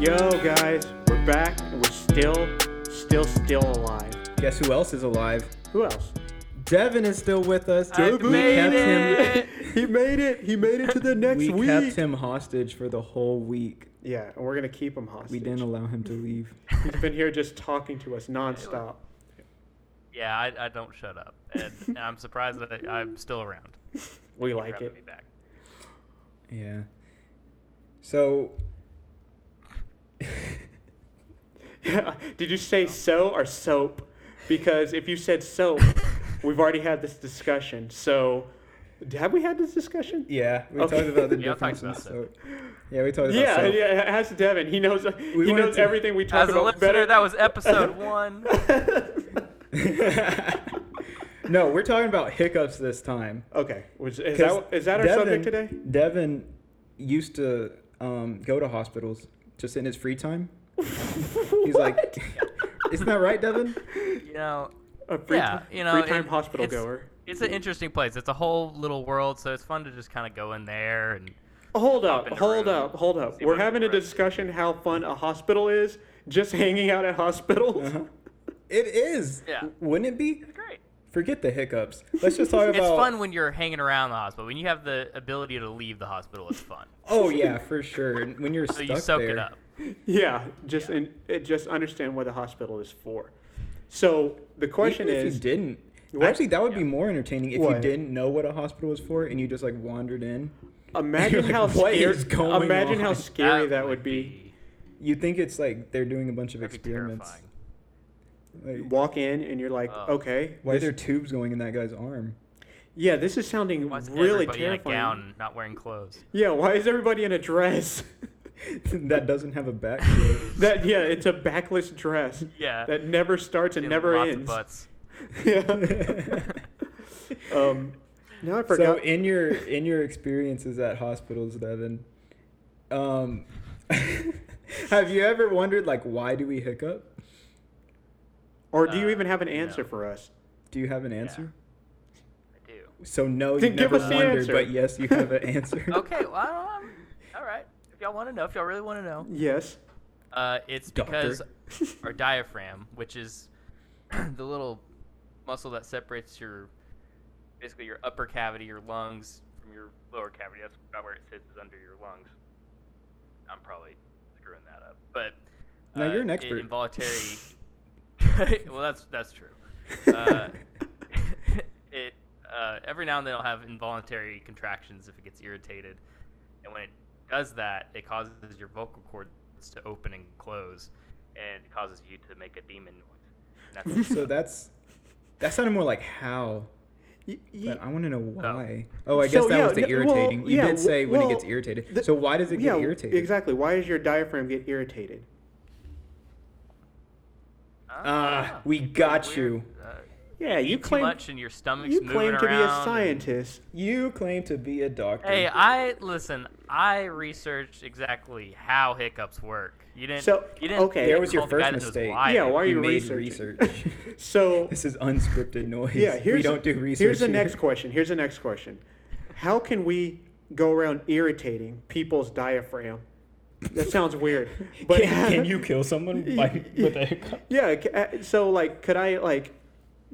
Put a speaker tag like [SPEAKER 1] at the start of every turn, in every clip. [SPEAKER 1] Yo, guys, we're back and we're still, still, still alive.
[SPEAKER 2] Guess who else is alive?
[SPEAKER 1] Who else?
[SPEAKER 2] Devin is still with us. we
[SPEAKER 3] made
[SPEAKER 2] kept him.
[SPEAKER 3] it.
[SPEAKER 1] he made it. He made it to the next
[SPEAKER 2] We
[SPEAKER 1] week.
[SPEAKER 2] kept him hostage for the whole week.
[SPEAKER 1] Yeah, and we're gonna keep him hostage.
[SPEAKER 2] We didn't allow him to leave.
[SPEAKER 1] He's been here just talking to us nonstop.
[SPEAKER 3] Yeah, I, I don't shut up, and, and I'm surprised that I, I'm still around.
[SPEAKER 1] We
[SPEAKER 3] I'm
[SPEAKER 1] like
[SPEAKER 3] proud to
[SPEAKER 1] it.
[SPEAKER 3] be back.
[SPEAKER 2] Yeah. So
[SPEAKER 1] Yeah. Did you say so or soap? Because if you said soap, we've already had this discussion. So, have we had this discussion?
[SPEAKER 2] yeah, we
[SPEAKER 1] Okay.
[SPEAKER 2] talked about the
[SPEAKER 3] Yeah, I talked
[SPEAKER 2] difference in
[SPEAKER 3] about
[SPEAKER 2] soap. Yeah, we talked about
[SPEAKER 1] Yeah,
[SPEAKER 2] soap.
[SPEAKER 1] yeah. Ask Devin. He knows. he
[SPEAKER 2] wanted
[SPEAKER 1] knows
[SPEAKER 2] to-
[SPEAKER 1] everything we talk
[SPEAKER 3] As a
[SPEAKER 1] about
[SPEAKER 3] listener,
[SPEAKER 1] better.
[SPEAKER 3] that was episode one.
[SPEAKER 2] no, we're talking about hiccups this time.
[SPEAKER 1] okay. Was, is
[SPEAKER 2] 'Cause
[SPEAKER 1] that is that our subject today?
[SPEAKER 2] Devin used to um, go to hospitals just in his free time. He's like, isn't that right, Devin?
[SPEAKER 3] You know,
[SPEAKER 1] A free
[SPEAKER 3] Yeah,
[SPEAKER 1] time,
[SPEAKER 3] you know,
[SPEAKER 1] free time
[SPEAKER 3] it-
[SPEAKER 1] hospital
[SPEAKER 3] it's-
[SPEAKER 1] goer.
[SPEAKER 3] it's an interesting place. It's a whole little world, so it's fun to just kind of go in there and
[SPEAKER 1] Hold up,
[SPEAKER 3] in a
[SPEAKER 1] hold
[SPEAKER 3] room,
[SPEAKER 1] up, hold up.
[SPEAKER 3] see
[SPEAKER 1] We're
[SPEAKER 3] what
[SPEAKER 1] having a
[SPEAKER 3] happens.
[SPEAKER 1] discussion how fun a hospital is. Just hanging out at hospitals.
[SPEAKER 2] Uh-huh. It is.
[SPEAKER 3] Yeah.
[SPEAKER 2] Wouldn't it be?
[SPEAKER 3] it's great.
[SPEAKER 2] Forget the hiccups. Let's just talk about.
[SPEAKER 3] It's fun when you're hanging around the hospital. When you have the ability to leave the hospital, it's fun.
[SPEAKER 2] Oh yeah, for sure. And When you're
[SPEAKER 3] So
[SPEAKER 2] stuck
[SPEAKER 3] you soak
[SPEAKER 2] there.
[SPEAKER 3] it up.
[SPEAKER 1] Yeah, just and it just understand what the hospital is for. So the question
[SPEAKER 2] Even
[SPEAKER 1] is,
[SPEAKER 2] if you didn't.
[SPEAKER 1] What?
[SPEAKER 2] Actually, that would be more entertaining if
[SPEAKER 1] What?
[SPEAKER 2] you didn't know what a hospital was for and you just like wandered in.
[SPEAKER 1] imagine
[SPEAKER 2] You're
[SPEAKER 1] how
[SPEAKER 2] like, what
[SPEAKER 1] scary.
[SPEAKER 2] is going
[SPEAKER 1] Imagine how
[SPEAKER 2] on?
[SPEAKER 1] scary that, would be.
[SPEAKER 2] You think it's like they're doing a bunch of
[SPEAKER 3] That'd be
[SPEAKER 2] experiments.
[SPEAKER 3] terrifying.
[SPEAKER 2] Like,
[SPEAKER 1] Walk in and you're like,
[SPEAKER 3] Oh.
[SPEAKER 1] okay,
[SPEAKER 2] why are
[SPEAKER 1] this-
[SPEAKER 2] there tubes going in that guy's arm?
[SPEAKER 1] yeah, this is sounding
[SPEAKER 3] Why is
[SPEAKER 1] really
[SPEAKER 3] everybody in a
[SPEAKER 1] terrifying.
[SPEAKER 3] gown, not wearing clothes?
[SPEAKER 1] Yeah, why is everybody in a dress?
[SPEAKER 2] that doesn't have a back. to it.
[SPEAKER 1] that yeah, it's a backless dress
[SPEAKER 3] Yeah.
[SPEAKER 1] that never starts and
[SPEAKER 3] Yeah,
[SPEAKER 1] never
[SPEAKER 3] lots Of
[SPEAKER 1] ends.
[SPEAKER 3] butts.
[SPEAKER 1] yeah. um, now I
[SPEAKER 2] so
[SPEAKER 1] forgot.
[SPEAKER 2] in your in your experiences at hospitals, Devin, um, have you ever wondered like why do we hiccup?
[SPEAKER 1] or do you
[SPEAKER 3] uh,
[SPEAKER 1] even have an
[SPEAKER 3] no.
[SPEAKER 1] answer for us?
[SPEAKER 2] Do you have an answer?
[SPEAKER 3] I do.
[SPEAKER 2] So no, you
[SPEAKER 1] Then give
[SPEAKER 2] never
[SPEAKER 1] us the
[SPEAKER 2] wondered,
[SPEAKER 1] answer.
[SPEAKER 2] but yes, you have an answer.
[SPEAKER 3] okay, well, I don't, i all right. If y'all want to know, if y'all really want to know,
[SPEAKER 1] Yes.
[SPEAKER 3] uh, it's
[SPEAKER 2] Doctor.
[SPEAKER 3] because our diaphragm, which is the little muscle that separates your, basically your upper cavity, your lungs from your lower cavity. That's about where it sits is under your lungs. I'm probably screwing that up, but uh,
[SPEAKER 2] No, you're an
[SPEAKER 3] it-
[SPEAKER 2] expert.
[SPEAKER 3] involuntary. well, that's that's true. Uh, it uh, every now and then it'll have involuntary contractions if it gets irritated, and when it does that, it causes your vocal cords to open and close, and it causes you to make a demon noise. And That's
[SPEAKER 2] so that's that sounded more like how,
[SPEAKER 1] Y- y-
[SPEAKER 2] but I want to know why. Oh, I guess
[SPEAKER 1] So,
[SPEAKER 2] that
[SPEAKER 1] yeah,
[SPEAKER 2] was
[SPEAKER 1] no,
[SPEAKER 2] the
[SPEAKER 1] well,
[SPEAKER 2] irritating. you
[SPEAKER 1] yeah,
[SPEAKER 2] did say when
[SPEAKER 1] well,
[SPEAKER 2] it gets irritated.
[SPEAKER 1] the-
[SPEAKER 2] so why does it get
[SPEAKER 1] yeah,
[SPEAKER 2] irritated?
[SPEAKER 1] exactly. Why does your diaphragm get irritated?
[SPEAKER 2] Ah,
[SPEAKER 3] Ah,
[SPEAKER 2] we got
[SPEAKER 3] weird.
[SPEAKER 2] you.
[SPEAKER 3] Uh,
[SPEAKER 1] Yeah, you
[SPEAKER 3] too
[SPEAKER 1] claim
[SPEAKER 3] much, and your stomach's
[SPEAKER 1] you
[SPEAKER 3] moving
[SPEAKER 1] claim to be a
[SPEAKER 3] around, and-
[SPEAKER 1] scientist.
[SPEAKER 2] You claim to be a doctor.
[SPEAKER 3] Hey, I listen. I researched exactly how hiccups work. You didn't.
[SPEAKER 1] So,
[SPEAKER 3] you didn't.
[SPEAKER 1] okay.
[SPEAKER 2] there was your
[SPEAKER 3] call the guy
[SPEAKER 2] first
[SPEAKER 3] that knows
[SPEAKER 2] mistake.
[SPEAKER 3] why
[SPEAKER 1] Yeah,
[SPEAKER 3] they-
[SPEAKER 1] why- are
[SPEAKER 2] you,
[SPEAKER 1] you
[SPEAKER 2] made
[SPEAKER 1] researching?
[SPEAKER 2] research?
[SPEAKER 1] So
[SPEAKER 2] This is unscripted noise.
[SPEAKER 1] yeah, here's
[SPEAKER 2] we don't do research.
[SPEAKER 1] Here's the
[SPEAKER 2] here.
[SPEAKER 1] next question. Here's the next question. How can we go around irritating people's diaphragm? That sounds weird, but
[SPEAKER 2] Can, can you kill someone by, with a hiccup?
[SPEAKER 1] Yeah. c- uh, So like, could I like,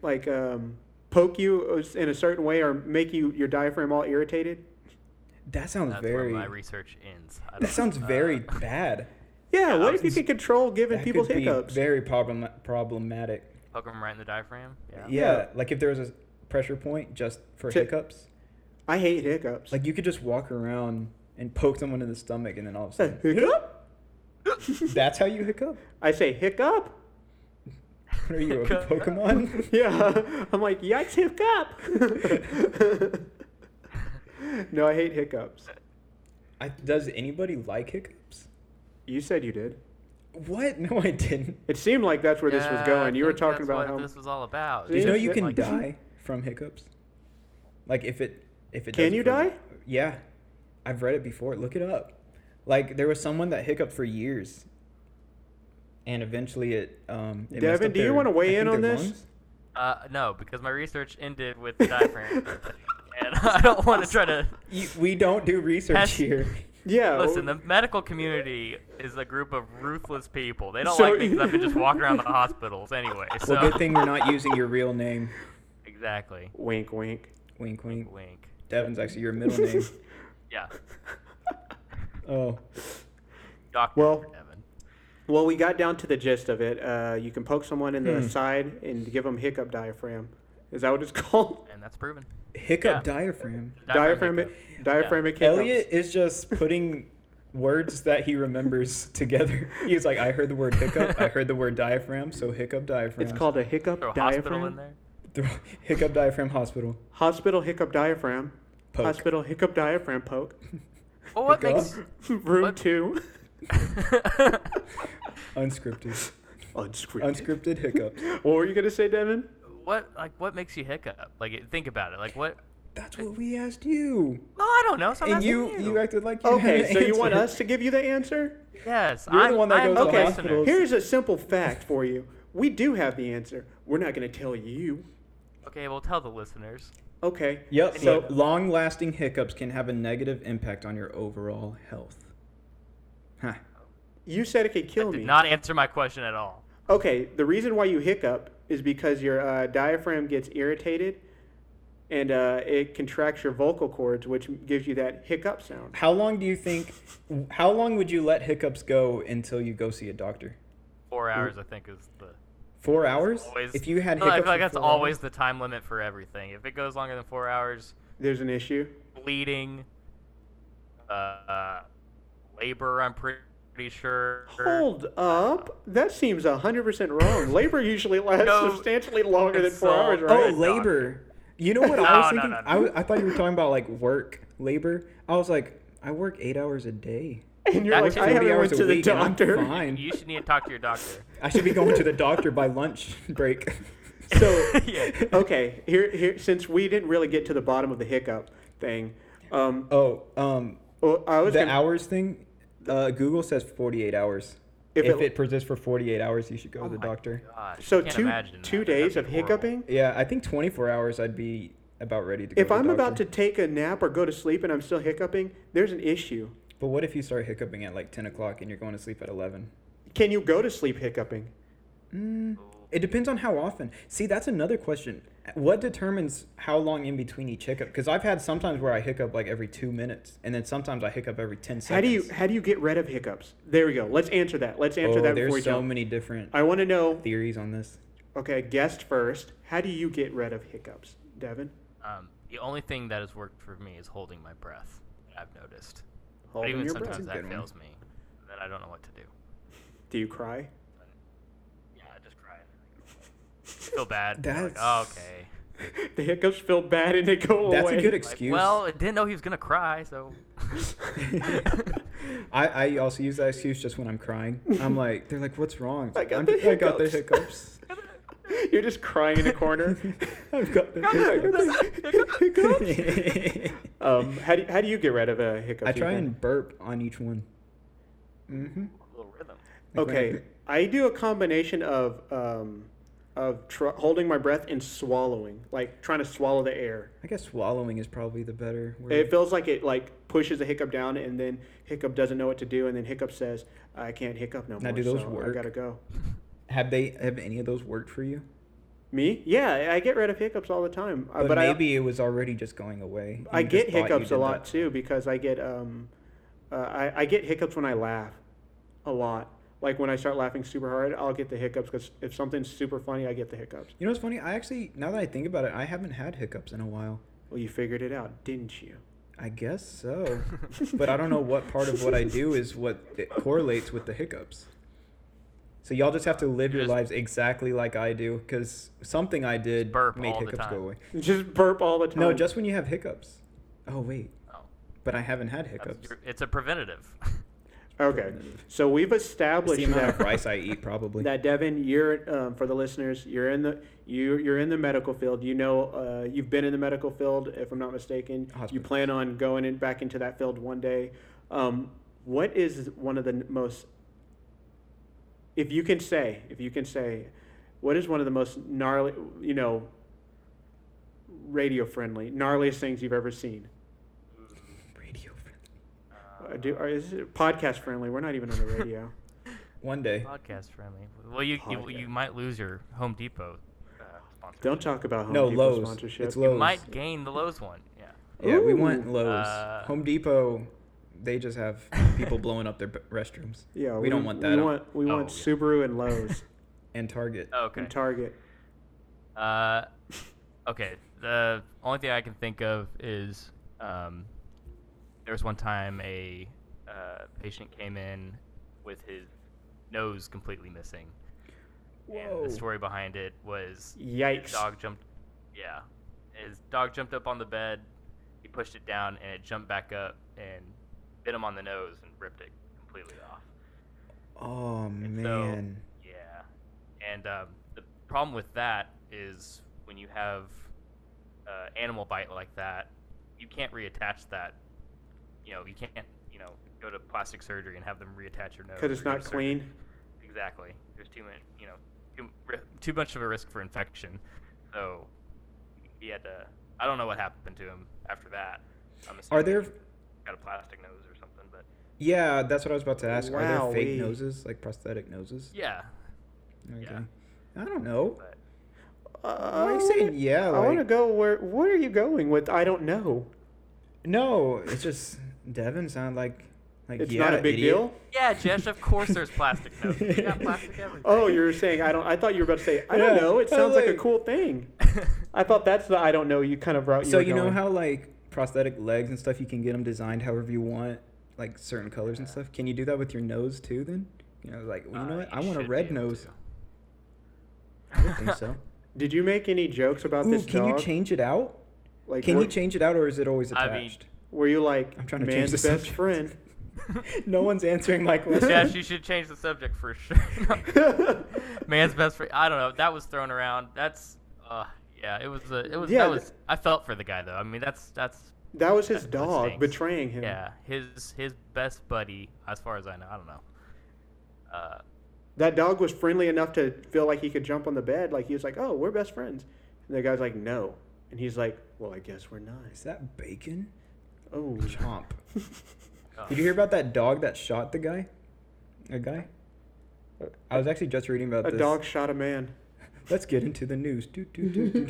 [SPEAKER 1] like um, poke you in a certain way or make you your diaphragm all irritated?
[SPEAKER 2] That sounds
[SPEAKER 3] That's where
[SPEAKER 2] very.
[SPEAKER 3] my research ends. I
[SPEAKER 2] That
[SPEAKER 3] don't-
[SPEAKER 2] sounds
[SPEAKER 3] uh,
[SPEAKER 2] very bad.
[SPEAKER 1] Yeah. What
[SPEAKER 3] I
[SPEAKER 1] if you could control giving
[SPEAKER 2] That
[SPEAKER 1] people's
[SPEAKER 2] could be
[SPEAKER 1] hiccups?
[SPEAKER 2] very problem problematic.
[SPEAKER 3] Poke him right in the diaphragm. Yeah.
[SPEAKER 2] Yeah. like if there was a pressure point just for
[SPEAKER 1] To-
[SPEAKER 2] hiccups,
[SPEAKER 1] I hate hiccups.
[SPEAKER 2] like you could just walk around and poke someone in the stomach, and then all of a
[SPEAKER 1] Uh,
[SPEAKER 2] sudden,
[SPEAKER 1] hiccup?
[SPEAKER 2] that's how you hiccup.
[SPEAKER 1] I say hiccup.
[SPEAKER 2] What are you a
[SPEAKER 3] Hiccup.
[SPEAKER 2] Pokemon?
[SPEAKER 1] Yeah. I'm like, yikes, hiccup. no, I hate hiccups.
[SPEAKER 2] I, does anybody like hiccups?
[SPEAKER 1] You said you did.
[SPEAKER 2] What? No, I didn't.
[SPEAKER 1] It seemed like that's where this was
[SPEAKER 3] Yeah,
[SPEAKER 1] going.
[SPEAKER 3] I
[SPEAKER 1] You were
[SPEAKER 3] think
[SPEAKER 1] talking
[SPEAKER 3] that's
[SPEAKER 1] about
[SPEAKER 3] what
[SPEAKER 1] how
[SPEAKER 3] this was all about.
[SPEAKER 2] Did you know you
[SPEAKER 1] Like-
[SPEAKER 2] can die from hiccups? Like if it if it
[SPEAKER 1] Can
[SPEAKER 2] does it
[SPEAKER 1] you
[SPEAKER 2] for-
[SPEAKER 1] die?
[SPEAKER 2] Yeah, I've read it before. Look it up. Like there was someone that hiccuped for years, and eventually it. Um, it messed
[SPEAKER 1] Devin,
[SPEAKER 2] up
[SPEAKER 1] do you
[SPEAKER 2] their-
[SPEAKER 1] wanna weigh
[SPEAKER 2] I think
[SPEAKER 1] in on
[SPEAKER 2] their
[SPEAKER 1] this?
[SPEAKER 2] lungs.
[SPEAKER 3] Uh, no, because my research ended with the diaphragm, and I don't want to try to
[SPEAKER 2] You, we don't do research
[SPEAKER 3] Pest-
[SPEAKER 2] here.
[SPEAKER 1] Yeah. oh.
[SPEAKER 3] Listen, the
[SPEAKER 1] well,
[SPEAKER 3] medical community is a group of ruthless people. They don't
[SPEAKER 1] So-
[SPEAKER 3] like things up and just walk around the hospitals anyway. So
[SPEAKER 2] Well, good thing we're not using your real name.
[SPEAKER 3] exactly.
[SPEAKER 1] wink, wink.
[SPEAKER 2] Wink, wink.
[SPEAKER 3] Wink.
[SPEAKER 2] Devin's actually your middle name.
[SPEAKER 3] Yeah.
[SPEAKER 2] Oh,
[SPEAKER 3] Doctor
[SPEAKER 1] Well-
[SPEAKER 3] Devin.
[SPEAKER 1] Well, we got down to the gist of it. Uh, you can poke someone in the
[SPEAKER 2] Hmm.
[SPEAKER 1] side and give them hiccup diaphragm. Is that what it's called?
[SPEAKER 3] and that's proven.
[SPEAKER 2] hiccup
[SPEAKER 3] Yeah.
[SPEAKER 2] diaphragm.
[SPEAKER 1] Diaphragmic,
[SPEAKER 3] hiccup.
[SPEAKER 1] diaphragmic hiccups.
[SPEAKER 2] Elliot is just putting words that he remembers together. He's like, I heard the word hiccup. I heard the word diaphragm. So hiccup diaphragm.
[SPEAKER 1] It's called a hiccup
[SPEAKER 3] Throw a hospital in
[SPEAKER 1] diaphragm.
[SPEAKER 3] there.
[SPEAKER 2] hiccup diaphragm hospital.
[SPEAKER 1] Hospital hiccup diaphragm.
[SPEAKER 2] Poke.
[SPEAKER 1] Hospital hiccup diaphragm poke.
[SPEAKER 3] Well, what
[SPEAKER 2] Hiccup.
[SPEAKER 3] makes
[SPEAKER 1] Room
[SPEAKER 3] What?
[SPEAKER 1] two.
[SPEAKER 2] Unscripted.
[SPEAKER 1] Unscripted.
[SPEAKER 2] Unscripted hiccups.
[SPEAKER 1] what were you gonna say, Devin?
[SPEAKER 3] what like what makes you hiccup? Like it- think about it. Like what?
[SPEAKER 2] That's what we asked you.
[SPEAKER 3] No, I don't know. So I'm
[SPEAKER 2] And
[SPEAKER 3] asking
[SPEAKER 2] you, you acted like you had
[SPEAKER 1] Okay,
[SPEAKER 2] an
[SPEAKER 1] so you want
[SPEAKER 2] answer.
[SPEAKER 1] us to give you the answer?
[SPEAKER 3] yes,
[SPEAKER 2] You're the
[SPEAKER 3] I'm
[SPEAKER 2] one that
[SPEAKER 3] I'm
[SPEAKER 2] goes to
[SPEAKER 3] the
[SPEAKER 1] Okay.
[SPEAKER 3] listener.
[SPEAKER 2] hospitals.
[SPEAKER 1] Here's a simple fact for you. We do have the answer. We're not gonna tell you.
[SPEAKER 3] Okay, well tell the listeners.
[SPEAKER 1] Okay.
[SPEAKER 2] Yep.
[SPEAKER 1] So
[SPEAKER 2] So long lasting hiccups can have a negative impact on your overall health. Huh.
[SPEAKER 1] you said it could kill
[SPEAKER 3] Did
[SPEAKER 1] me.
[SPEAKER 3] not answer my question at all.
[SPEAKER 1] Okay, the reason why you hiccup is because your uh, diaphragm gets irritated and uh, it contracts your vocal cords, which gives you that hiccup sound.
[SPEAKER 2] How long do you think? How long would you let hiccups go until you go see a doctor?
[SPEAKER 3] Four hours, I think, is the
[SPEAKER 2] Four hours?
[SPEAKER 3] always.
[SPEAKER 2] If you
[SPEAKER 3] I
[SPEAKER 2] had
[SPEAKER 3] feel like-
[SPEAKER 2] hiccups,
[SPEAKER 3] I feel like
[SPEAKER 2] for four
[SPEAKER 3] that's always
[SPEAKER 2] hours-
[SPEAKER 3] the time limit for everything. If it goes longer than four hours,
[SPEAKER 1] There's an issue.
[SPEAKER 3] bleeding, uh, uh, labor. I'm pretty sure.
[SPEAKER 1] Hold up. That seems 100% wrong. Labor usually lasts
[SPEAKER 3] No.
[SPEAKER 1] substantially longer than four
[SPEAKER 3] So-
[SPEAKER 1] hours,
[SPEAKER 2] Oh,
[SPEAKER 1] right?
[SPEAKER 3] Good
[SPEAKER 2] labor. You know what I
[SPEAKER 3] No,
[SPEAKER 2] was
[SPEAKER 3] no,
[SPEAKER 2] thinking?
[SPEAKER 3] no, no.
[SPEAKER 2] I, w- I thought you were talking about like work, labor. I was like, I work eight hours a day.
[SPEAKER 1] and you're
[SPEAKER 3] that
[SPEAKER 1] like,
[SPEAKER 3] too.
[SPEAKER 1] I
[SPEAKER 2] Forty
[SPEAKER 1] haven't
[SPEAKER 2] hours
[SPEAKER 1] went
[SPEAKER 2] a
[SPEAKER 1] to the
[SPEAKER 2] week and I'm
[SPEAKER 1] doctor.
[SPEAKER 2] Fine.
[SPEAKER 3] You should need to talk to your doctor.
[SPEAKER 2] I should be going to the doctor by lunch break.
[SPEAKER 1] So,
[SPEAKER 3] yeah.
[SPEAKER 1] okay, here, here, since we didn't really get to the bottom of the hiccup thing, um,
[SPEAKER 2] Oh, um,
[SPEAKER 1] well, I was
[SPEAKER 2] the
[SPEAKER 1] gonna-
[SPEAKER 2] hours thing. Uh, Google says 48 hours.
[SPEAKER 1] If
[SPEAKER 2] If,
[SPEAKER 1] it-
[SPEAKER 2] it, persists for 48 hours, you should go to the
[SPEAKER 3] Oh my
[SPEAKER 2] doctor.
[SPEAKER 3] Gosh, I
[SPEAKER 1] so
[SPEAKER 3] can't
[SPEAKER 1] two,
[SPEAKER 3] imagine that.
[SPEAKER 1] two
[SPEAKER 3] That'd
[SPEAKER 1] days
[SPEAKER 3] be
[SPEAKER 1] of
[SPEAKER 3] horrible.
[SPEAKER 1] hiccuping?
[SPEAKER 2] Yeah, I think 24 hours. I'd be about ready to. go
[SPEAKER 1] If
[SPEAKER 2] to the
[SPEAKER 1] I'm about to
[SPEAKER 2] doctor.
[SPEAKER 1] take a nap or go to sleep and I'm still hiccuping, there's an issue.
[SPEAKER 2] But what if you start hiccuping at like 10 o'clock and you're going to sleep at 11?
[SPEAKER 1] Can you go to sleep hiccuping?
[SPEAKER 2] Mm, it depends on how often. See, that's another question. What determines how long in between each hiccup? Because I've had sometimes where I hiccup like every two minutes, and then sometimes I hiccup every 10 seconds.
[SPEAKER 1] How do you how do you get rid of hiccups? There we go. Let's answer that. Let's answer
[SPEAKER 2] oh,
[SPEAKER 1] that before we
[SPEAKER 2] there's so
[SPEAKER 1] jump.
[SPEAKER 2] many different
[SPEAKER 1] I want to know.
[SPEAKER 2] theories on this.
[SPEAKER 1] Okay, guest first. How do you get rid of hiccups, Devin?
[SPEAKER 3] Um, the only thing that has worked for me is holding my breath. I've noticed.
[SPEAKER 1] Holding
[SPEAKER 3] but even
[SPEAKER 1] your
[SPEAKER 3] sometimes
[SPEAKER 1] breath.
[SPEAKER 2] That's a
[SPEAKER 3] that
[SPEAKER 2] good one.
[SPEAKER 3] fails me. and Then I don't know what to do.
[SPEAKER 1] Do you cry?
[SPEAKER 3] Yeah, I just cry. Feel bad. Like, "Oh,
[SPEAKER 2] That's-
[SPEAKER 3] okay.
[SPEAKER 1] The hiccups feel bad and they go
[SPEAKER 2] That's
[SPEAKER 1] away.
[SPEAKER 2] a good
[SPEAKER 3] Like,
[SPEAKER 2] excuse.
[SPEAKER 3] well, I didn't know he was gonna cry, so.
[SPEAKER 2] I, I also use that excuse just when I'm crying. I'm like, they're like, what's wrong?
[SPEAKER 1] I got
[SPEAKER 2] I'm
[SPEAKER 1] the
[SPEAKER 2] just- I got the hiccups.
[SPEAKER 1] You're just crying in a corner.
[SPEAKER 2] I've got the hiccups.
[SPEAKER 1] um, how do you, how do you get rid of a hiccup?
[SPEAKER 2] I try
[SPEAKER 1] Ethan?
[SPEAKER 2] and burp on each one. Mm-hmm.
[SPEAKER 3] Little rhythm.
[SPEAKER 2] Like when I
[SPEAKER 1] Okay, I do a combination of um, of tr- holding my breath and swallowing, like trying to swallow the air.
[SPEAKER 2] I guess swallowing is probably the better word.
[SPEAKER 1] It feels like it like pushes the hiccup down, and then hiccup doesn't know what to do, and then hiccup says, "I can't hiccup no
[SPEAKER 2] Now,
[SPEAKER 1] more."
[SPEAKER 2] do those
[SPEAKER 1] so I
[SPEAKER 2] work?
[SPEAKER 1] gotta go.
[SPEAKER 2] have they have any of those worked for you?
[SPEAKER 1] Me? Yeah, I get rid of hiccups all the time. Uh,
[SPEAKER 2] But,
[SPEAKER 1] but
[SPEAKER 2] maybe it was already just going away. and
[SPEAKER 1] I I
[SPEAKER 2] you just
[SPEAKER 1] get
[SPEAKER 2] thought you
[SPEAKER 1] hiccups a
[SPEAKER 2] did
[SPEAKER 1] lot
[SPEAKER 2] that.
[SPEAKER 1] too because I get um, uh, I I get hiccups when I laugh, a lot. Like when I start laughing super hard, I'll get the hiccups because if something's super funny, I get the hiccups.
[SPEAKER 2] You know what's funny? I actually, now that I think about it, I haven't had hiccups in a while.
[SPEAKER 1] Well, you figured it out, didn't you?
[SPEAKER 2] I guess so. but I don't know what part of what I do is what it correlates with the hiccups. So y'all just have to live your
[SPEAKER 3] Just-
[SPEAKER 2] lives exactly like I do, because something I did
[SPEAKER 3] burp
[SPEAKER 2] made
[SPEAKER 3] all the
[SPEAKER 2] hiccups go
[SPEAKER 3] time.
[SPEAKER 2] away.
[SPEAKER 1] Just burp all the time.
[SPEAKER 2] No, just when you have hiccups. Oh wait,
[SPEAKER 3] Oh,
[SPEAKER 2] but I haven't had
[SPEAKER 3] that's
[SPEAKER 2] hiccups.
[SPEAKER 3] your- it's a preventative.
[SPEAKER 1] okay. So we've
[SPEAKER 2] It's the
[SPEAKER 1] established
[SPEAKER 2] amount of
[SPEAKER 1] that,
[SPEAKER 2] rice I eat, probably.
[SPEAKER 1] that Devin, you're um, for the listeners, you're in the you you're in the medical field. You know, uh, you've been in the medical field, if I'm not mistaken. You
[SPEAKER 2] Hospitals.
[SPEAKER 1] plan on going in, back into that field one day. Um, what is one of the n- most, if you can say, if you can say, what is one of the most gnarly, you know, radio friendly, gnarliest things you've ever seen?
[SPEAKER 2] Radio.
[SPEAKER 1] Uh, Uh, do, are, is it podcast friendly? We're not even on the radio.
[SPEAKER 2] One day.
[SPEAKER 3] Podcast friendly. Well, you you,
[SPEAKER 1] Podcast.
[SPEAKER 3] you might lose your Home Depot. Uh, sponsorship.
[SPEAKER 1] Don't talk about Home
[SPEAKER 2] No,
[SPEAKER 1] Depot
[SPEAKER 2] Lowe's.
[SPEAKER 1] sponsorship.
[SPEAKER 2] It's Lowe's.
[SPEAKER 3] Might gain the Lowe's one. Yeah.
[SPEAKER 2] Yeah, we
[SPEAKER 1] Ooh.
[SPEAKER 2] want Lowe's.
[SPEAKER 3] Uh,
[SPEAKER 2] Home Depot, they just have people blowing up their b- restrooms.
[SPEAKER 1] Yeah,
[SPEAKER 2] we, don't want that.
[SPEAKER 1] We
[SPEAKER 2] on-
[SPEAKER 1] want we
[SPEAKER 3] Oh,
[SPEAKER 1] want
[SPEAKER 3] yeah.
[SPEAKER 1] Subaru and Lowe's
[SPEAKER 2] and Target.
[SPEAKER 3] Okay.
[SPEAKER 1] and Target.
[SPEAKER 3] Uh, okay. The only thing I can think of is um, there was one time a uh, patient came in with his nose completely missing, and
[SPEAKER 2] Whoa.
[SPEAKER 3] the story behind it was
[SPEAKER 1] Yikes!
[SPEAKER 3] his dog jumped. Yeah, his dog jumped up on the bed. He pushed it down, and it jumped back up and bit him on the nose and ripped it completely off.
[SPEAKER 2] Oh
[SPEAKER 3] And so-
[SPEAKER 2] man.
[SPEAKER 3] Yeah, and um, the problem with that is when you have uh, animal bite like that, you can't reattach that. You know, you can't. You know, go to plastic surgery and have them reattach your nose
[SPEAKER 1] Because it's
[SPEAKER 3] or your
[SPEAKER 1] not
[SPEAKER 3] surgery.
[SPEAKER 1] clean.
[SPEAKER 3] Exactly. There's too much. You know, too, ri- too much of a risk for infection. So he had to. I don't know what happened to him after that. I'm
[SPEAKER 2] Are
[SPEAKER 3] assuming
[SPEAKER 2] there?
[SPEAKER 3] he got a plastic nose or something? But
[SPEAKER 2] Yeah, that's what I was about to ask. Are there
[SPEAKER 1] Wowee.
[SPEAKER 2] fake noses, like prosthetic noses?
[SPEAKER 3] yeah,
[SPEAKER 2] Okay.
[SPEAKER 3] Yeah.
[SPEAKER 2] I don't know.
[SPEAKER 3] but
[SPEAKER 1] Uh,
[SPEAKER 2] Why are you saying yeah?
[SPEAKER 1] I want to
[SPEAKER 2] like-
[SPEAKER 1] go where? Where are you going with? I don't know.
[SPEAKER 2] No, it's just Devin sound like like
[SPEAKER 1] It's
[SPEAKER 2] yeah,
[SPEAKER 1] not a big
[SPEAKER 2] idiot.
[SPEAKER 1] deal.
[SPEAKER 3] yeah, Jesh. Of course, there's plastic nose. We got plastic everywhere.
[SPEAKER 1] Oh, you were saying I don't. I thought you were about to say I don't
[SPEAKER 2] Yeah,
[SPEAKER 1] know. It
[SPEAKER 2] I
[SPEAKER 1] sounds like a
[SPEAKER 2] like-
[SPEAKER 1] cool thing. I thought that's the I don't know. You kind of brought. You
[SPEAKER 2] So
[SPEAKER 1] were
[SPEAKER 2] you know
[SPEAKER 1] going.
[SPEAKER 2] how like prosthetic legs and stuff, you can get them designed however you want, like certain colors and stuff. Can you do that with your nose too? Then you know, like well, you know
[SPEAKER 3] Uh,
[SPEAKER 2] what? I want
[SPEAKER 3] should
[SPEAKER 2] a
[SPEAKER 3] be
[SPEAKER 2] red
[SPEAKER 3] able
[SPEAKER 2] nose.
[SPEAKER 3] to.
[SPEAKER 2] I don't think so.
[SPEAKER 1] Did you make any jokes about
[SPEAKER 2] Ooh,
[SPEAKER 1] this
[SPEAKER 2] can
[SPEAKER 1] dog?
[SPEAKER 2] you change it out?
[SPEAKER 1] like,
[SPEAKER 2] Can
[SPEAKER 1] were,
[SPEAKER 2] you change it out, or is it always
[SPEAKER 3] I mean-
[SPEAKER 2] attached?
[SPEAKER 1] Were you like
[SPEAKER 2] I'm trying to change
[SPEAKER 1] man's
[SPEAKER 2] the
[SPEAKER 1] best
[SPEAKER 2] subject.
[SPEAKER 1] friend?
[SPEAKER 2] no one's answering my question.
[SPEAKER 3] Jesh, you should change the subject for sure. Man's best friend. I don't know. That was thrown around. That's. Uh, yeah, it was. A, it was.
[SPEAKER 1] Yeah,
[SPEAKER 3] that was. I felt for the guy though. I mean, that's that's.
[SPEAKER 1] that was his
[SPEAKER 3] That
[SPEAKER 1] dog
[SPEAKER 3] stinks.
[SPEAKER 1] betraying him.
[SPEAKER 3] Yeah, his his best buddy, as far as I know. I don't know. Uh,
[SPEAKER 1] That dog was friendly enough to feel like he could jump on the bed. Like he was like, "Oh, we're best friends," and the guy's like, "No," and he's like, "Well, I guess we're not."
[SPEAKER 2] Is that bacon?
[SPEAKER 1] Oh,
[SPEAKER 2] Chomp.
[SPEAKER 3] oh,
[SPEAKER 2] Did you hear about that dog that shot the guy? A guy? I was actually just reading about
[SPEAKER 1] a
[SPEAKER 2] this.
[SPEAKER 1] dog shot a man.
[SPEAKER 2] Let's get into the news. Doo, doo, doo, doo.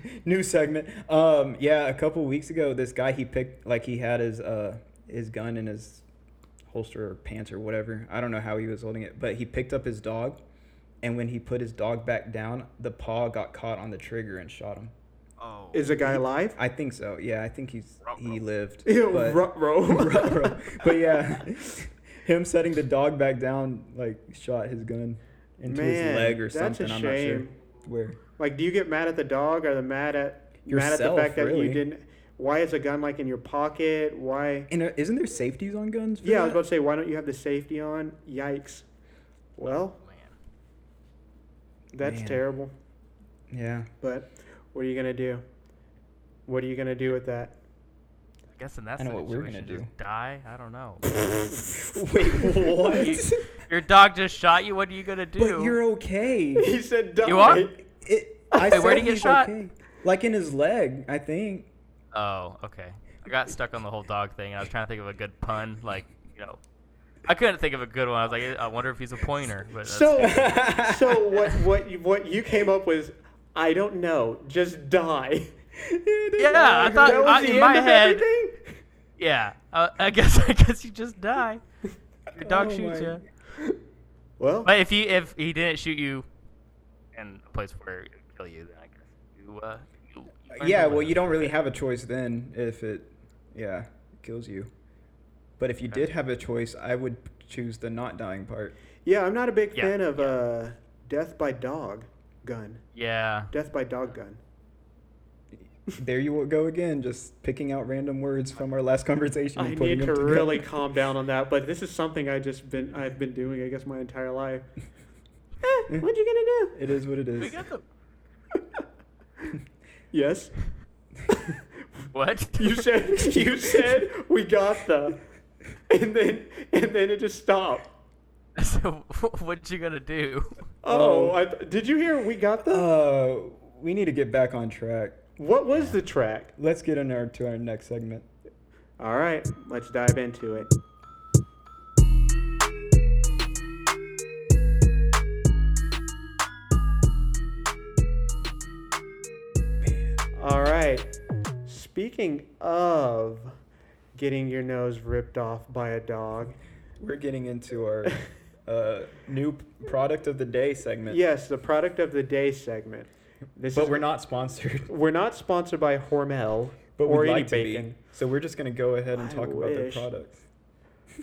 [SPEAKER 2] news segment. Um, yeah, a couple weeks ago, this guy he picked like he had his uh his gun in his holster or pants or whatever. I don't know how he was holding it, but he picked up his dog, and when he put his dog back down, the paw got caught on the trigger and shot him.
[SPEAKER 3] Oh.
[SPEAKER 1] Is the guy alive?
[SPEAKER 2] I think so. Yeah, I think he's he lived.
[SPEAKER 1] Ew,
[SPEAKER 2] but-
[SPEAKER 1] ruh-roh.
[SPEAKER 2] Ruh, ruh. but yeah, him setting the dog back down like shot his gun into
[SPEAKER 1] Man,
[SPEAKER 2] his leg or
[SPEAKER 1] that's
[SPEAKER 2] something.
[SPEAKER 1] a
[SPEAKER 2] I'm not sure
[SPEAKER 1] shame.
[SPEAKER 2] where.
[SPEAKER 1] Like, do you get mad at the dog or the mad at mad at
[SPEAKER 2] Yourself,
[SPEAKER 1] the fact that
[SPEAKER 2] really.
[SPEAKER 1] you didn't? Why is a gun like in your pocket? Why?
[SPEAKER 2] And uh, isn't there safeties on guns? For
[SPEAKER 1] Yeah, I was
[SPEAKER 2] that?
[SPEAKER 1] about to say, why don't you have the safety on? Yikes! Well,
[SPEAKER 3] oh, man.
[SPEAKER 1] that's
[SPEAKER 2] Man.
[SPEAKER 1] terrible.
[SPEAKER 2] yeah.
[SPEAKER 1] But what are you gonna do? What are you gonna do with that?
[SPEAKER 3] I guess in that
[SPEAKER 2] I know what we're
[SPEAKER 3] situation,
[SPEAKER 2] gonna
[SPEAKER 3] just die. I don't know.
[SPEAKER 2] Wait, what?
[SPEAKER 3] You- Your dog just shot you. What are you gonna do?
[SPEAKER 2] but you're okay.
[SPEAKER 1] He said, "Die."
[SPEAKER 3] You are?
[SPEAKER 2] It, I
[SPEAKER 3] Wait, where'd
[SPEAKER 2] said
[SPEAKER 3] he get
[SPEAKER 2] he's
[SPEAKER 3] shot?
[SPEAKER 2] okay. Like in his leg, I think.
[SPEAKER 3] Oh, okay. I got stuck on the whole dog thing, and I was trying to think of a good pun, like you know, I couldn't think of a good one. I was like, I wonder if he's a pointer. But that's-
[SPEAKER 1] So, so what? What? You, what you came up with? I don't know. Just die.
[SPEAKER 3] yeah, I thought
[SPEAKER 1] that was
[SPEAKER 3] I-
[SPEAKER 1] the
[SPEAKER 3] Uh, in
[SPEAKER 1] end
[SPEAKER 3] my
[SPEAKER 1] of
[SPEAKER 3] head,
[SPEAKER 1] everything?
[SPEAKER 3] yeah. I, I guess I guess you just die. Your dog
[SPEAKER 2] Oh
[SPEAKER 3] shoots
[SPEAKER 2] my-
[SPEAKER 3] you.
[SPEAKER 1] Well,
[SPEAKER 3] But if he if he didn't shoot you, in a place where it would kill you, then I guess you uh. you- you learn your
[SPEAKER 2] Yeah, well, you
[SPEAKER 3] lesson.
[SPEAKER 2] don't really have a choice then if it, yeah, kills you. But if you did have a choice, I would choose the not dying part.
[SPEAKER 1] yeah, I'm not a big
[SPEAKER 3] Yeah,
[SPEAKER 1] fan of uh, death by dog gun.
[SPEAKER 3] Yeah.
[SPEAKER 1] Death by dog gun.
[SPEAKER 2] There you go again, just picking out random words from our last conversation.
[SPEAKER 1] I
[SPEAKER 2] and putting
[SPEAKER 1] need to
[SPEAKER 2] them together.
[SPEAKER 1] really calm down on that, but this is something I just been I've been doing I guess my entire life. Eh, what you gonna do?
[SPEAKER 2] It is what it is.
[SPEAKER 3] the
[SPEAKER 1] Yes.
[SPEAKER 3] what?
[SPEAKER 1] You said you said we got the and then and then it just stopped.
[SPEAKER 3] so what you gonna do?
[SPEAKER 1] Oh,
[SPEAKER 2] Oh.
[SPEAKER 1] I, did you hear we got the
[SPEAKER 2] Uh, we need to get back on track.
[SPEAKER 1] What was the track?
[SPEAKER 2] Let's get into our, to our next segment.
[SPEAKER 1] All right, let's dive into it. All right. Speaking of getting your nose ripped off by a dog,
[SPEAKER 2] We're getting into our uh, new p- product of the day segment.
[SPEAKER 1] yes, the product of the day segment. This
[SPEAKER 2] But
[SPEAKER 1] is,
[SPEAKER 2] we're not sponsored.
[SPEAKER 1] we're not sponsored by Hormel
[SPEAKER 2] But
[SPEAKER 1] or
[SPEAKER 2] we'd
[SPEAKER 1] any
[SPEAKER 2] like to
[SPEAKER 1] bacon.
[SPEAKER 2] be. So we're just going to go ahead and
[SPEAKER 1] I
[SPEAKER 2] talk about their
[SPEAKER 1] wish.
[SPEAKER 2] products.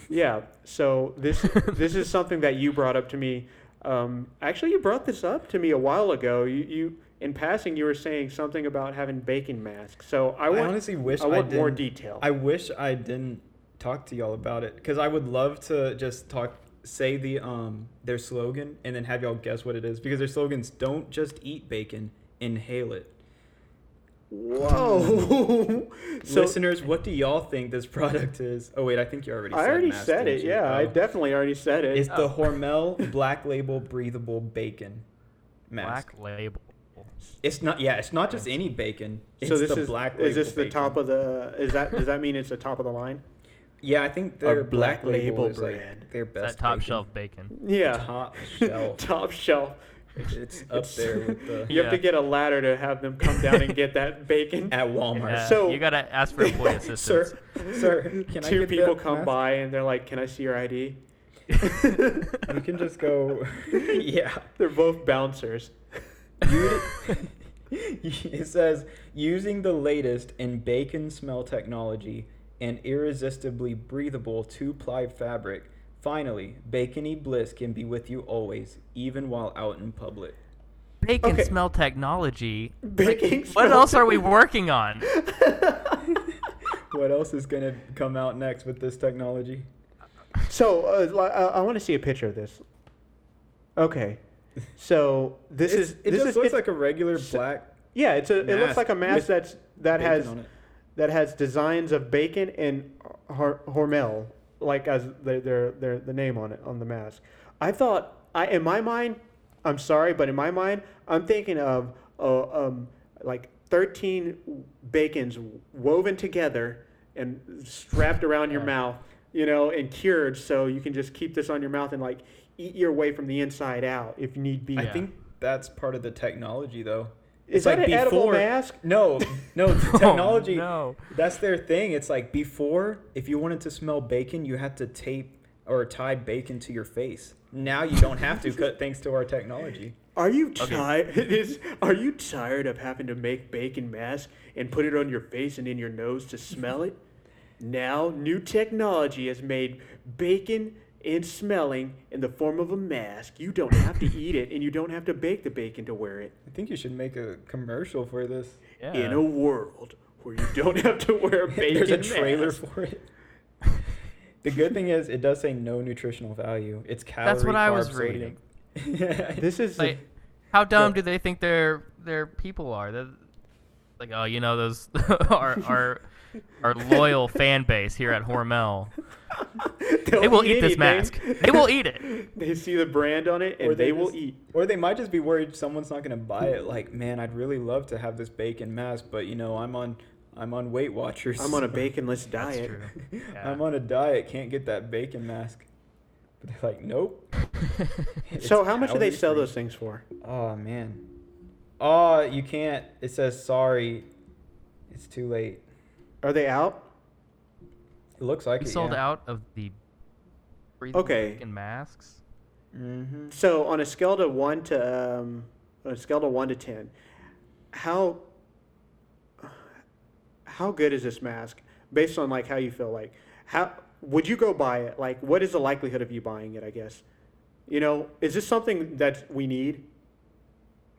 [SPEAKER 1] Yeah. So this this is something that you brought up to me. Um, actually, you brought this up to me a while ago. You, you in passing you were saying something about having bacon masks. So I
[SPEAKER 2] I
[SPEAKER 1] want
[SPEAKER 2] honestly wish
[SPEAKER 1] I
[SPEAKER 2] I
[SPEAKER 1] want more
[SPEAKER 2] didn't-
[SPEAKER 1] detail.
[SPEAKER 2] I wish I didn't talk to y'all about it because I would love to just talk, say the um their slogan, and then have y'all guess what it is because their slogans don't just eat bacon, inhale it.
[SPEAKER 1] Whoa. so
[SPEAKER 2] Listeners, what do y'all think this product is? Oh wait, I think you already.
[SPEAKER 1] I
[SPEAKER 2] said
[SPEAKER 1] already
[SPEAKER 2] mask,
[SPEAKER 1] said it.
[SPEAKER 2] didn't you?
[SPEAKER 1] Yeah, I
[SPEAKER 2] Oh.
[SPEAKER 1] definitely already said it.
[SPEAKER 2] It's the
[SPEAKER 3] Oh.
[SPEAKER 2] Hormel Black Label Breathable Bacon Mask.
[SPEAKER 3] Black label.
[SPEAKER 2] It's not. Yeah, it's not just any bacon. It's
[SPEAKER 1] so this
[SPEAKER 2] the
[SPEAKER 1] is
[SPEAKER 2] Black Label
[SPEAKER 1] is this the
[SPEAKER 2] bacon.
[SPEAKER 1] top of the is that does that mean it's the top of the line?
[SPEAKER 2] Yeah, I think
[SPEAKER 1] Our
[SPEAKER 2] their Black,
[SPEAKER 1] Black
[SPEAKER 2] Label,
[SPEAKER 1] Label
[SPEAKER 2] is like
[SPEAKER 1] brand.
[SPEAKER 2] their
[SPEAKER 3] It's
[SPEAKER 2] best.
[SPEAKER 3] that top
[SPEAKER 2] bacon.
[SPEAKER 3] shelf bacon.
[SPEAKER 1] Yeah.
[SPEAKER 2] Top shelf.
[SPEAKER 1] Top shelf.
[SPEAKER 2] It's up there with the
[SPEAKER 1] You have to
[SPEAKER 3] Yeah.
[SPEAKER 1] get a ladder to have them come down and get that bacon.
[SPEAKER 2] at Walmart.
[SPEAKER 3] Yeah,
[SPEAKER 1] So-
[SPEAKER 3] you gotta ask for employee assistance.
[SPEAKER 2] Sir, sir, can I
[SPEAKER 1] Two
[SPEAKER 2] get
[SPEAKER 1] people
[SPEAKER 2] that
[SPEAKER 1] come
[SPEAKER 2] mask?
[SPEAKER 1] by and they're like, "Can I see your ID?"
[SPEAKER 2] You can just go. yeah.
[SPEAKER 1] They're both bouncers.
[SPEAKER 2] You- it says using the latest in bacon smell technology and irresistibly breathable two-ply fabric. Finally, bacony bliss can be with you always, even while out in public.
[SPEAKER 3] Bacon
[SPEAKER 1] Okay.
[SPEAKER 3] smell technology.
[SPEAKER 1] Baking.
[SPEAKER 3] What
[SPEAKER 1] soda.
[SPEAKER 3] else are we working on?
[SPEAKER 2] What else is gonna come out next with this technology?
[SPEAKER 1] So uh, li- I, I want to see a picture of this. Okay. So this
[SPEAKER 2] It's-
[SPEAKER 1] is
[SPEAKER 2] it
[SPEAKER 1] this
[SPEAKER 2] just
[SPEAKER 1] is
[SPEAKER 2] looks
[SPEAKER 1] it's-
[SPEAKER 2] like a regular
[SPEAKER 1] so-
[SPEAKER 2] black
[SPEAKER 1] yeah. It's a it looks
[SPEAKER 2] mask
[SPEAKER 1] like a mask
[SPEAKER 2] with
[SPEAKER 1] that's that
[SPEAKER 2] bacon
[SPEAKER 1] has
[SPEAKER 2] on it.
[SPEAKER 1] that has designs of bacon and Har- Hormel like as their, their their the name on it on the mask. I thought I in my mind, I'm sorry, but in my mind, I'm thinking of uh, um like 13 bacons woven together and strapped around your
[SPEAKER 2] Yeah.
[SPEAKER 1] mouth, you know, and cured so you can just keep this on your mouth and like eat your way from the inside out if need be.
[SPEAKER 2] I
[SPEAKER 3] Yeah.
[SPEAKER 2] think that's part of the technology, though.
[SPEAKER 1] Is that an edible mask?
[SPEAKER 2] No, no, the
[SPEAKER 3] Oh,
[SPEAKER 2] technology.
[SPEAKER 3] no.
[SPEAKER 2] That's their thing. It's like before, if you wanted to smell bacon, you had to tape or tie bacon to your face. Now you don't have to, 'cause- thanks to our technology.
[SPEAKER 1] Are you
[SPEAKER 3] Okay.
[SPEAKER 1] tired? Is are you tired of having to make bacon mask and put it on your face and in your nose to smell it? Now, new technology has made bacon and smelling in the form of a mask. You don't have to eat it, and you don't have to bake the bacon to wear it.
[SPEAKER 2] I think you should make a commercial for this.
[SPEAKER 3] Yeah.
[SPEAKER 1] In a world where you don't have to wear a bacon
[SPEAKER 2] There's a trailer
[SPEAKER 1] mask.
[SPEAKER 2] for it. The good thing is, it does say no nutritional value. It's calorie.
[SPEAKER 3] That's what I was
[SPEAKER 2] carb,
[SPEAKER 3] reading.
[SPEAKER 2] sodium.
[SPEAKER 1] This is the-
[SPEAKER 3] Like, how dumb
[SPEAKER 1] Yeah.
[SPEAKER 3] do they think their their people are? They're, like, oh, you know those our our our loyal fan base here at Hormel. They will eat, this mask.
[SPEAKER 1] anything.
[SPEAKER 3] They will eat it.
[SPEAKER 1] They see the brand on it,
[SPEAKER 2] Or
[SPEAKER 1] and they, will
[SPEAKER 2] just-
[SPEAKER 1] eat.
[SPEAKER 2] Or they might just be worried someone's not going to buy it. Like, man, I'd really love to have this bacon mask, but you know, I'm on, I'm on Weight Watchers.
[SPEAKER 1] I'm on a baconless diet.
[SPEAKER 3] That's true. Yeah.
[SPEAKER 2] I'm on a diet. Can't get that bacon mask. But they're like, nope. It's
[SPEAKER 1] So, how much do they sell
[SPEAKER 2] calorie-free.
[SPEAKER 1] those things for?
[SPEAKER 2] Oh man. Oh, you can't. It says sorry. It's too late.
[SPEAKER 1] Are they out?
[SPEAKER 2] It looks like
[SPEAKER 3] We
[SPEAKER 2] it,
[SPEAKER 3] sold
[SPEAKER 2] yeah.
[SPEAKER 3] out of the breathable
[SPEAKER 1] Okay.
[SPEAKER 3] bacon masks.
[SPEAKER 2] Mm-hmm.
[SPEAKER 1] So on a scale to one to um, on a scale to one to ten, how how good is this mask based on like how you feel like how would you go buy it like what is the likelihood of you buying it I guess you know is this something that we need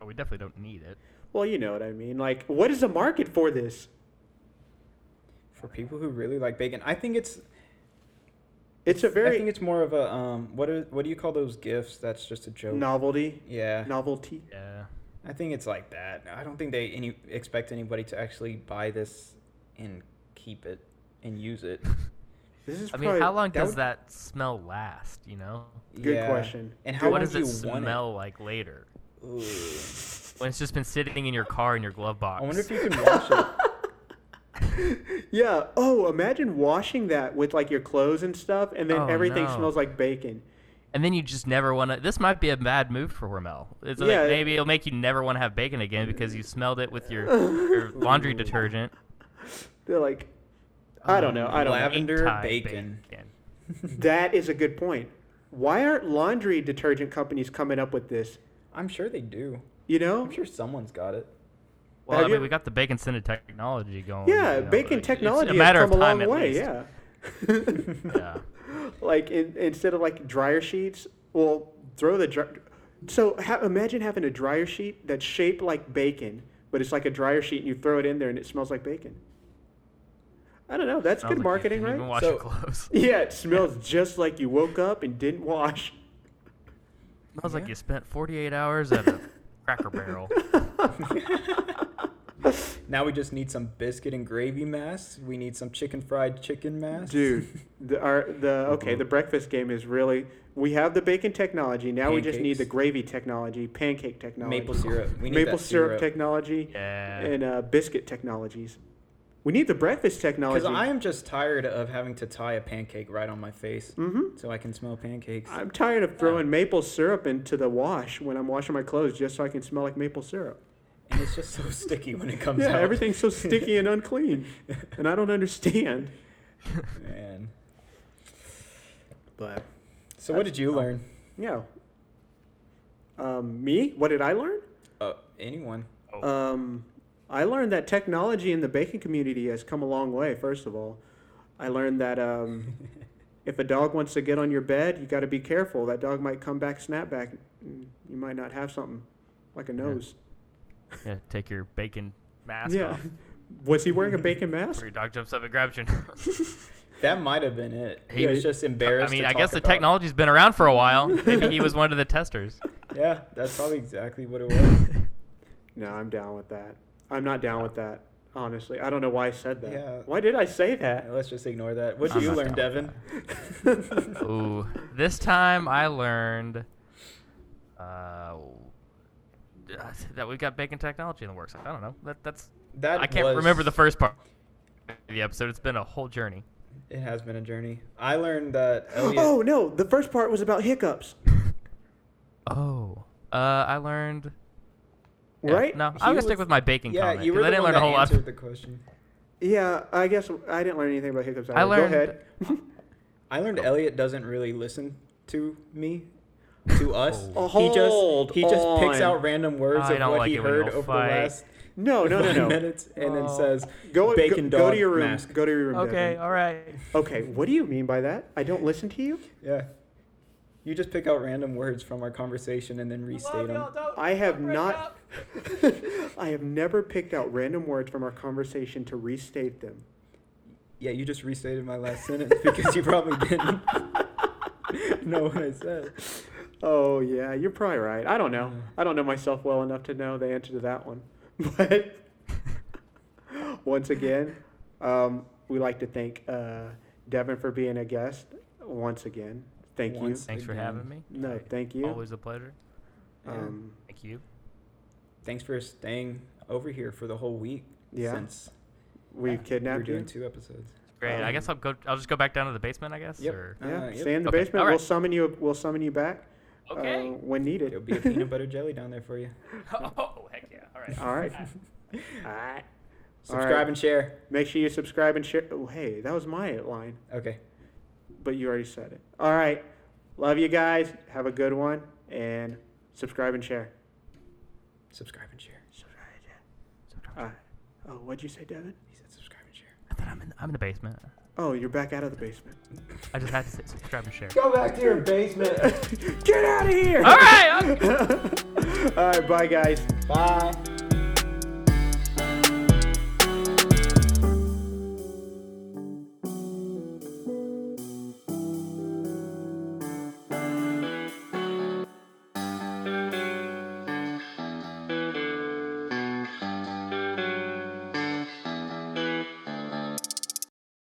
[SPEAKER 3] Oh, we definitely don't need it.
[SPEAKER 1] well you know what I mean like what is the market for this
[SPEAKER 2] For people who really like bacon, I think it's.
[SPEAKER 1] it's a
[SPEAKER 2] I think
[SPEAKER 1] very
[SPEAKER 2] it's more of a um. What are, what do you call those gifts? That's just a joke.
[SPEAKER 1] novelty
[SPEAKER 2] Yeah.
[SPEAKER 1] novelty
[SPEAKER 3] Yeah.
[SPEAKER 2] I think it's like that. I don't think they any expect anybody to actually buy this and keep it and use it.
[SPEAKER 1] this is
[SPEAKER 3] I
[SPEAKER 1] probably
[SPEAKER 3] mean, how long
[SPEAKER 2] that
[SPEAKER 3] does
[SPEAKER 2] would-
[SPEAKER 3] that smell last? You know,
[SPEAKER 1] Good question.
[SPEAKER 2] And how long
[SPEAKER 3] what does
[SPEAKER 2] do
[SPEAKER 3] it
[SPEAKER 2] you want
[SPEAKER 3] smell like later
[SPEAKER 2] it? Ooh.
[SPEAKER 3] when it's just been sitting in your car in your glove box?
[SPEAKER 2] I wonder if you can wash it.
[SPEAKER 1] yeah. Oh, imagine washing that with like your clothes and stuff, and then
[SPEAKER 3] Oh,
[SPEAKER 1] everything
[SPEAKER 3] no.
[SPEAKER 1] smells like bacon.
[SPEAKER 3] And then you just never want to. This might be a bad move for Hormel. It's like
[SPEAKER 1] Yeah.
[SPEAKER 3] maybe it'll make you never want to have bacon again because you smelled it with your, your laundry detergent.
[SPEAKER 1] They're like, I don't know. I don't. know.
[SPEAKER 2] Lav- Lavender
[SPEAKER 3] Eight-tie
[SPEAKER 2] bacon.
[SPEAKER 1] That is a good point. Why aren't laundry detergent companies coming up with this?
[SPEAKER 2] I'm sure they do.
[SPEAKER 1] You know?
[SPEAKER 2] I'm sure someone's got it.
[SPEAKER 3] Well,
[SPEAKER 1] Have
[SPEAKER 3] I
[SPEAKER 1] you-
[SPEAKER 3] mean, we got the bacon scented technology going.
[SPEAKER 1] Yeah,
[SPEAKER 3] you know,
[SPEAKER 1] bacon
[SPEAKER 3] like,
[SPEAKER 1] technology
[SPEAKER 3] It's a matter
[SPEAKER 1] has come
[SPEAKER 3] of time,
[SPEAKER 1] a
[SPEAKER 3] at
[SPEAKER 1] long way.
[SPEAKER 3] least.
[SPEAKER 1] Yeah.
[SPEAKER 3] Yeah.
[SPEAKER 1] like in, instead of like dryer sheets, well, throw the dry- so ha- imagine having a dryer sheet that's shaped like bacon, but it's like a dryer sheet, and you throw it in there, and it smells like bacon. I don't know. That's
[SPEAKER 3] Sounds like
[SPEAKER 1] good
[SPEAKER 3] you
[SPEAKER 1] marketing,
[SPEAKER 3] didn't Even
[SPEAKER 1] right?
[SPEAKER 3] wash
[SPEAKER 2] So-
[SPEAKER 3] your clothes.
[SPEAKER 1] Yeah, it smells just like you woke up and didn't wash.
[SPEAKER 3] Smells like
[SPEAKER 2] Yeah.
[SPEAKER 3] you spent 48 hours at a Cracker Barrel.
[SPEAKER 2] Now we just need some biscuit and gravy masks. We need some chicken fried chicken masks.
[SPEAKER 1] Dude, the our, the okay,
[SPEAKER 2] Mm-hmm.
[SPEAKER 1] the breakfast game is really we have the bacon technology. Now we just need the
[SPEAKER 2] Pancakes.
[SPEAKER 1] gravy technology, pancake technology,
[SPEAKER 2] Maple syrup. We need
[SPEAKER 1] maple
[SPEAKER 2] that
[SPEAKER 1] syrup,
[SPEAKER 2] syrup.
[SPEAKER 1] technology,
[SPEAKER 3] Yeah.
[SPEAKER 1] and uh, biscuit technologies. We need the breakfast
[SPEAKER 2] Because
[SPEAKER 1] technology.
[SPEAKER 2] I am just tired of having to tie a pancake right on my face
[SPEAKER 1] Mhm.
[SPEAKER 2] so I can smell pancakes.
[SPEAKER 1] I'm tired of throwing maple syrup into the wash when I'm washing my clothes just so I can smell like maple syrup.
[SPEAKER 2] and it's just so sticky when it comes
[SPEAKER 1] Yeah,
[SPEAKER 2] out.
[SPEAKER 1] everything's so sticky and unclean, and I don't understand.
[SPEAKER 2] Man.
[SPEAKER 1] But
[SPEAKER 2] So what did you learn?
[SPEAKER 1] yeah, um, me, what did I learn?
[SPEAKER 2] Uh, anyone?
[SPEAKER 3] Oh,
[SPEAKER 1] Um, I learned that technology in the baking community has come a long way. First of all, I learned that um, if a dog wants to get on your bed, you got to be careful. That dog might come back, snap back. and You might not have something like a nose.
[SPEAKER 3] yeah. Take your bacon mask
[SPEAKER 1] Yeah.
[SPEAKER 3] off.
[SPEAKER 1] Was he wearing a bacon mask?
[SPEAKER 3] Where your dog jumps up and grabs your nose.
[SPEAKER 2] That might have been it. He
[SPEAKER 1] Yeah,
[SPEAKER 2] was
[SPEAKER 1] it-
[SPEAKER 2] just
[SPEAKER 3] I
[SPEAKER 2] embarrassed.
[SPEAKER 3] mean,
[SPEAKER 2] to
[SPEAKER 3] I guess the
[SPEAKER 2] talk about-
[SPEAKER 3] technology's been around for a while. Maybe he was one of the testers.
[SPEAKER 2] Yeah, that's probably exactly what it was.
[SPEAKER 1] No, I'm down with that. I'm not down with that. Honestly, I don't know why I said that.
[SPEAKER 2] Yeah.
[SPEAKER 1] Why did I say that?
[SPEAKER 2] Let's just ignore that. What
[SPEAKER 3] I'm
[SPEAKER 2] did you
[SPEAKER 3] not
[SPEAKER 2] learn,
[SPEAKER 3] down with
[SPEAKER 2] Devin?
[SPEAKER 3] Ooh, this time I learned uh, that we've got bacon technology in the works. I don't know. That, that's
[SPEAKER 2] That
[SPEAKER 3] I can't
[SPEAKER 2] was-
[SPEAKER 3] remember the first part of the episode. It's been a whole journey.
[SPEAKER 2] It has been a journey. I learned that Elliot.
[SPEAKER 1] Oh no, the first part was about hiccups,
[SPEAKER 3] Oh, uh, I learned. yeah,
[SPEAKER 1] right?
[SPEAKER 3] No, I'm gonna
[SPEAKER 2] was-
[SPEAKER 3] stick with my bacon
[SPEAKER 2] yeah,
[SPEAKER 3] comment.
[SPEAKER 2] you
[SPEAKER 3] 'cause
[SPEAKER 2] were
[SPEAKER 3] I
[SPEAKER 2] the
[SPEAKER 3] didn't
[SPEAKER 2] one
[SPEAKER 3] learn a
[SPEAKER 2] that
[SPEAKER 3] whole lot.
[SPEAKER 2] answered the question.
[SPEAKER 1] Yeah, I guess I didn't learn anything about hiccups.
[SPEAKER 3] I
[SPEAKER 1] either.
[SPEAKER 3] learned-
[SPEAKER 1] Go ahead.
[SPEAKER 2] I learned Elliot doesn't really listen to me, to us.
[SPEAKER 1] Oh,
[SPEAKER 2] he
[SPEAKER 1] hold
[SPEAKER 2] just he just picks
[SPEAKER 1] on.
[SPEAKER 2] out random words
[SPEAKER 3] I
[SPEAKER 2] of
[SPEAKER 3] don't
[SPEAKER 2] what
[SPEAKER 3] like
[SPEAKER 2] he
[SPEAKER 3] it when
[SPEAKER 2] heard
[SPEAKER 3] y'all
[SPEAKER 2] over the
[SPEAKER 3] fight.
[SPEAKER 2] last
[SPEAKER 1] No, no, no,
[SPEAKER 2] five
[SPEAKER 1] no.
[SPEAKER 2] minutes, and then
[SPEAKER 3] Oh.
[SPEAKER 2] says
[SPEAKER 1] Go,
[SPEAKER 2] bacon
[SPEAKER 1] go,
[SPEAKER 2] dog
[SPEAKER 1] go to your room.
[SPEAKER 2] mask.
[SPEAKER 1] Go to your room.
[SPEAKER 3] Okay,
[SPEAKER 1] Devin.
[SPEAKER 3] all right.
[SPEAKER 1] Okay. What do you mean by that? I don't listen to you.
[SPEAKER 2] Yeah, you just pick out random words from our conversation and then restate them.
[SPEAKER 1] I have not. I have never picked out random words from our conversation to restate them.
[SPEAKER 2] Yeah, you just restated my last sentence because you probably didn't know what I said.
[SPEAKER 1] Oh yeah, you're probably right. I don't know.
[SPEAKER 2] Mm.
[SPEAKER 1] I don't know myself well enough to know the answer to that one. But once again, um, we like to thank uh, Devin for being a guest. Once again, thank
[SPEAKER 2] Once.
[SPEAKER 3] Thanks for
[SPEAKER 2] Again.
[SPEAKER 3] having me.
[SPEAKER 1] you. No, thank you.
[SPEAKER 3] Always a pleasure.
[SPEAKER 2] Yeah.
[SPEAKER 1] Um,
[SPEAKER 3] Thank you.
[SPEAKER 2] Thanks for staying over here for the whole week.
[SPEAKER 1] Yeah.
[SPEAKER 2] since
[SPEAKER 1] we
[SPEAKER 2] we're
[SPEAKER 1] kidnapped
[SPEAKER 2] doing
[SPEAKER 1] you.
[SPEAKER 2] two episodes.
[SPEAKER 3] Great. I
[SPEAKER 1] Um,
[SPEAKER 3] guess I'll go. I'll just go back down to the basement. I guess.
[SPEAKER 2] Yep.
[SPEAKER 3] Or,
[SPEAKER 1] Yeah,
[SPEAKER 2] Uh, yep.
[SPEAKER 1] stay in the
[SPEAKER 3] Okay,
[SPEAKER 1] basement.
[SPEAKER 3] all
[SPEAKER 1] We'll
[SPEAKER 3] right.
[SPEAKER 1] summon you. We'll summon you back uh,
[SPEAKER 2] Um,
[SPEAKER 3] okay.
[SPEAKER 1] when needed.
[SPEAKER 2] There'll be a peanut butter jelly down there for you.
[SPEAKER 3] oh heck yeah. All right.
[SPEAKER 1] All right. All right.
[SPEAKER 2] Subscribe and share.
[SPEAKER 1] Make sure you subscribe and share. Oh, hey, that was my line,
[SPEAKER 2] Okay.
[SPEAKER 1] but you already said it. All right. Love you guys. Have a good one. And subscribe and share.
[SPEAKER 2] Subscribe and share.
[SPEAKER 1] Subscribe and share. All right. Oh, what'd you say, Devin?
[SPEAKER 2] He said subscribe and share.
[SPEAKER 3] I thought I'm in. I'm in the basement.
[SPEAKER 1] Oh, you're back out of the basement.
[SPEAKER 3] I just had to say subscribe and share.
[SPEAKER 2] Go back to your basement.
[SPEAKER 1] Get out of here!
[SPEAKER 3] All right. I'm-
[SPEAKER 1] All right. Bye, guys.
[SPEAKER 2] Bye.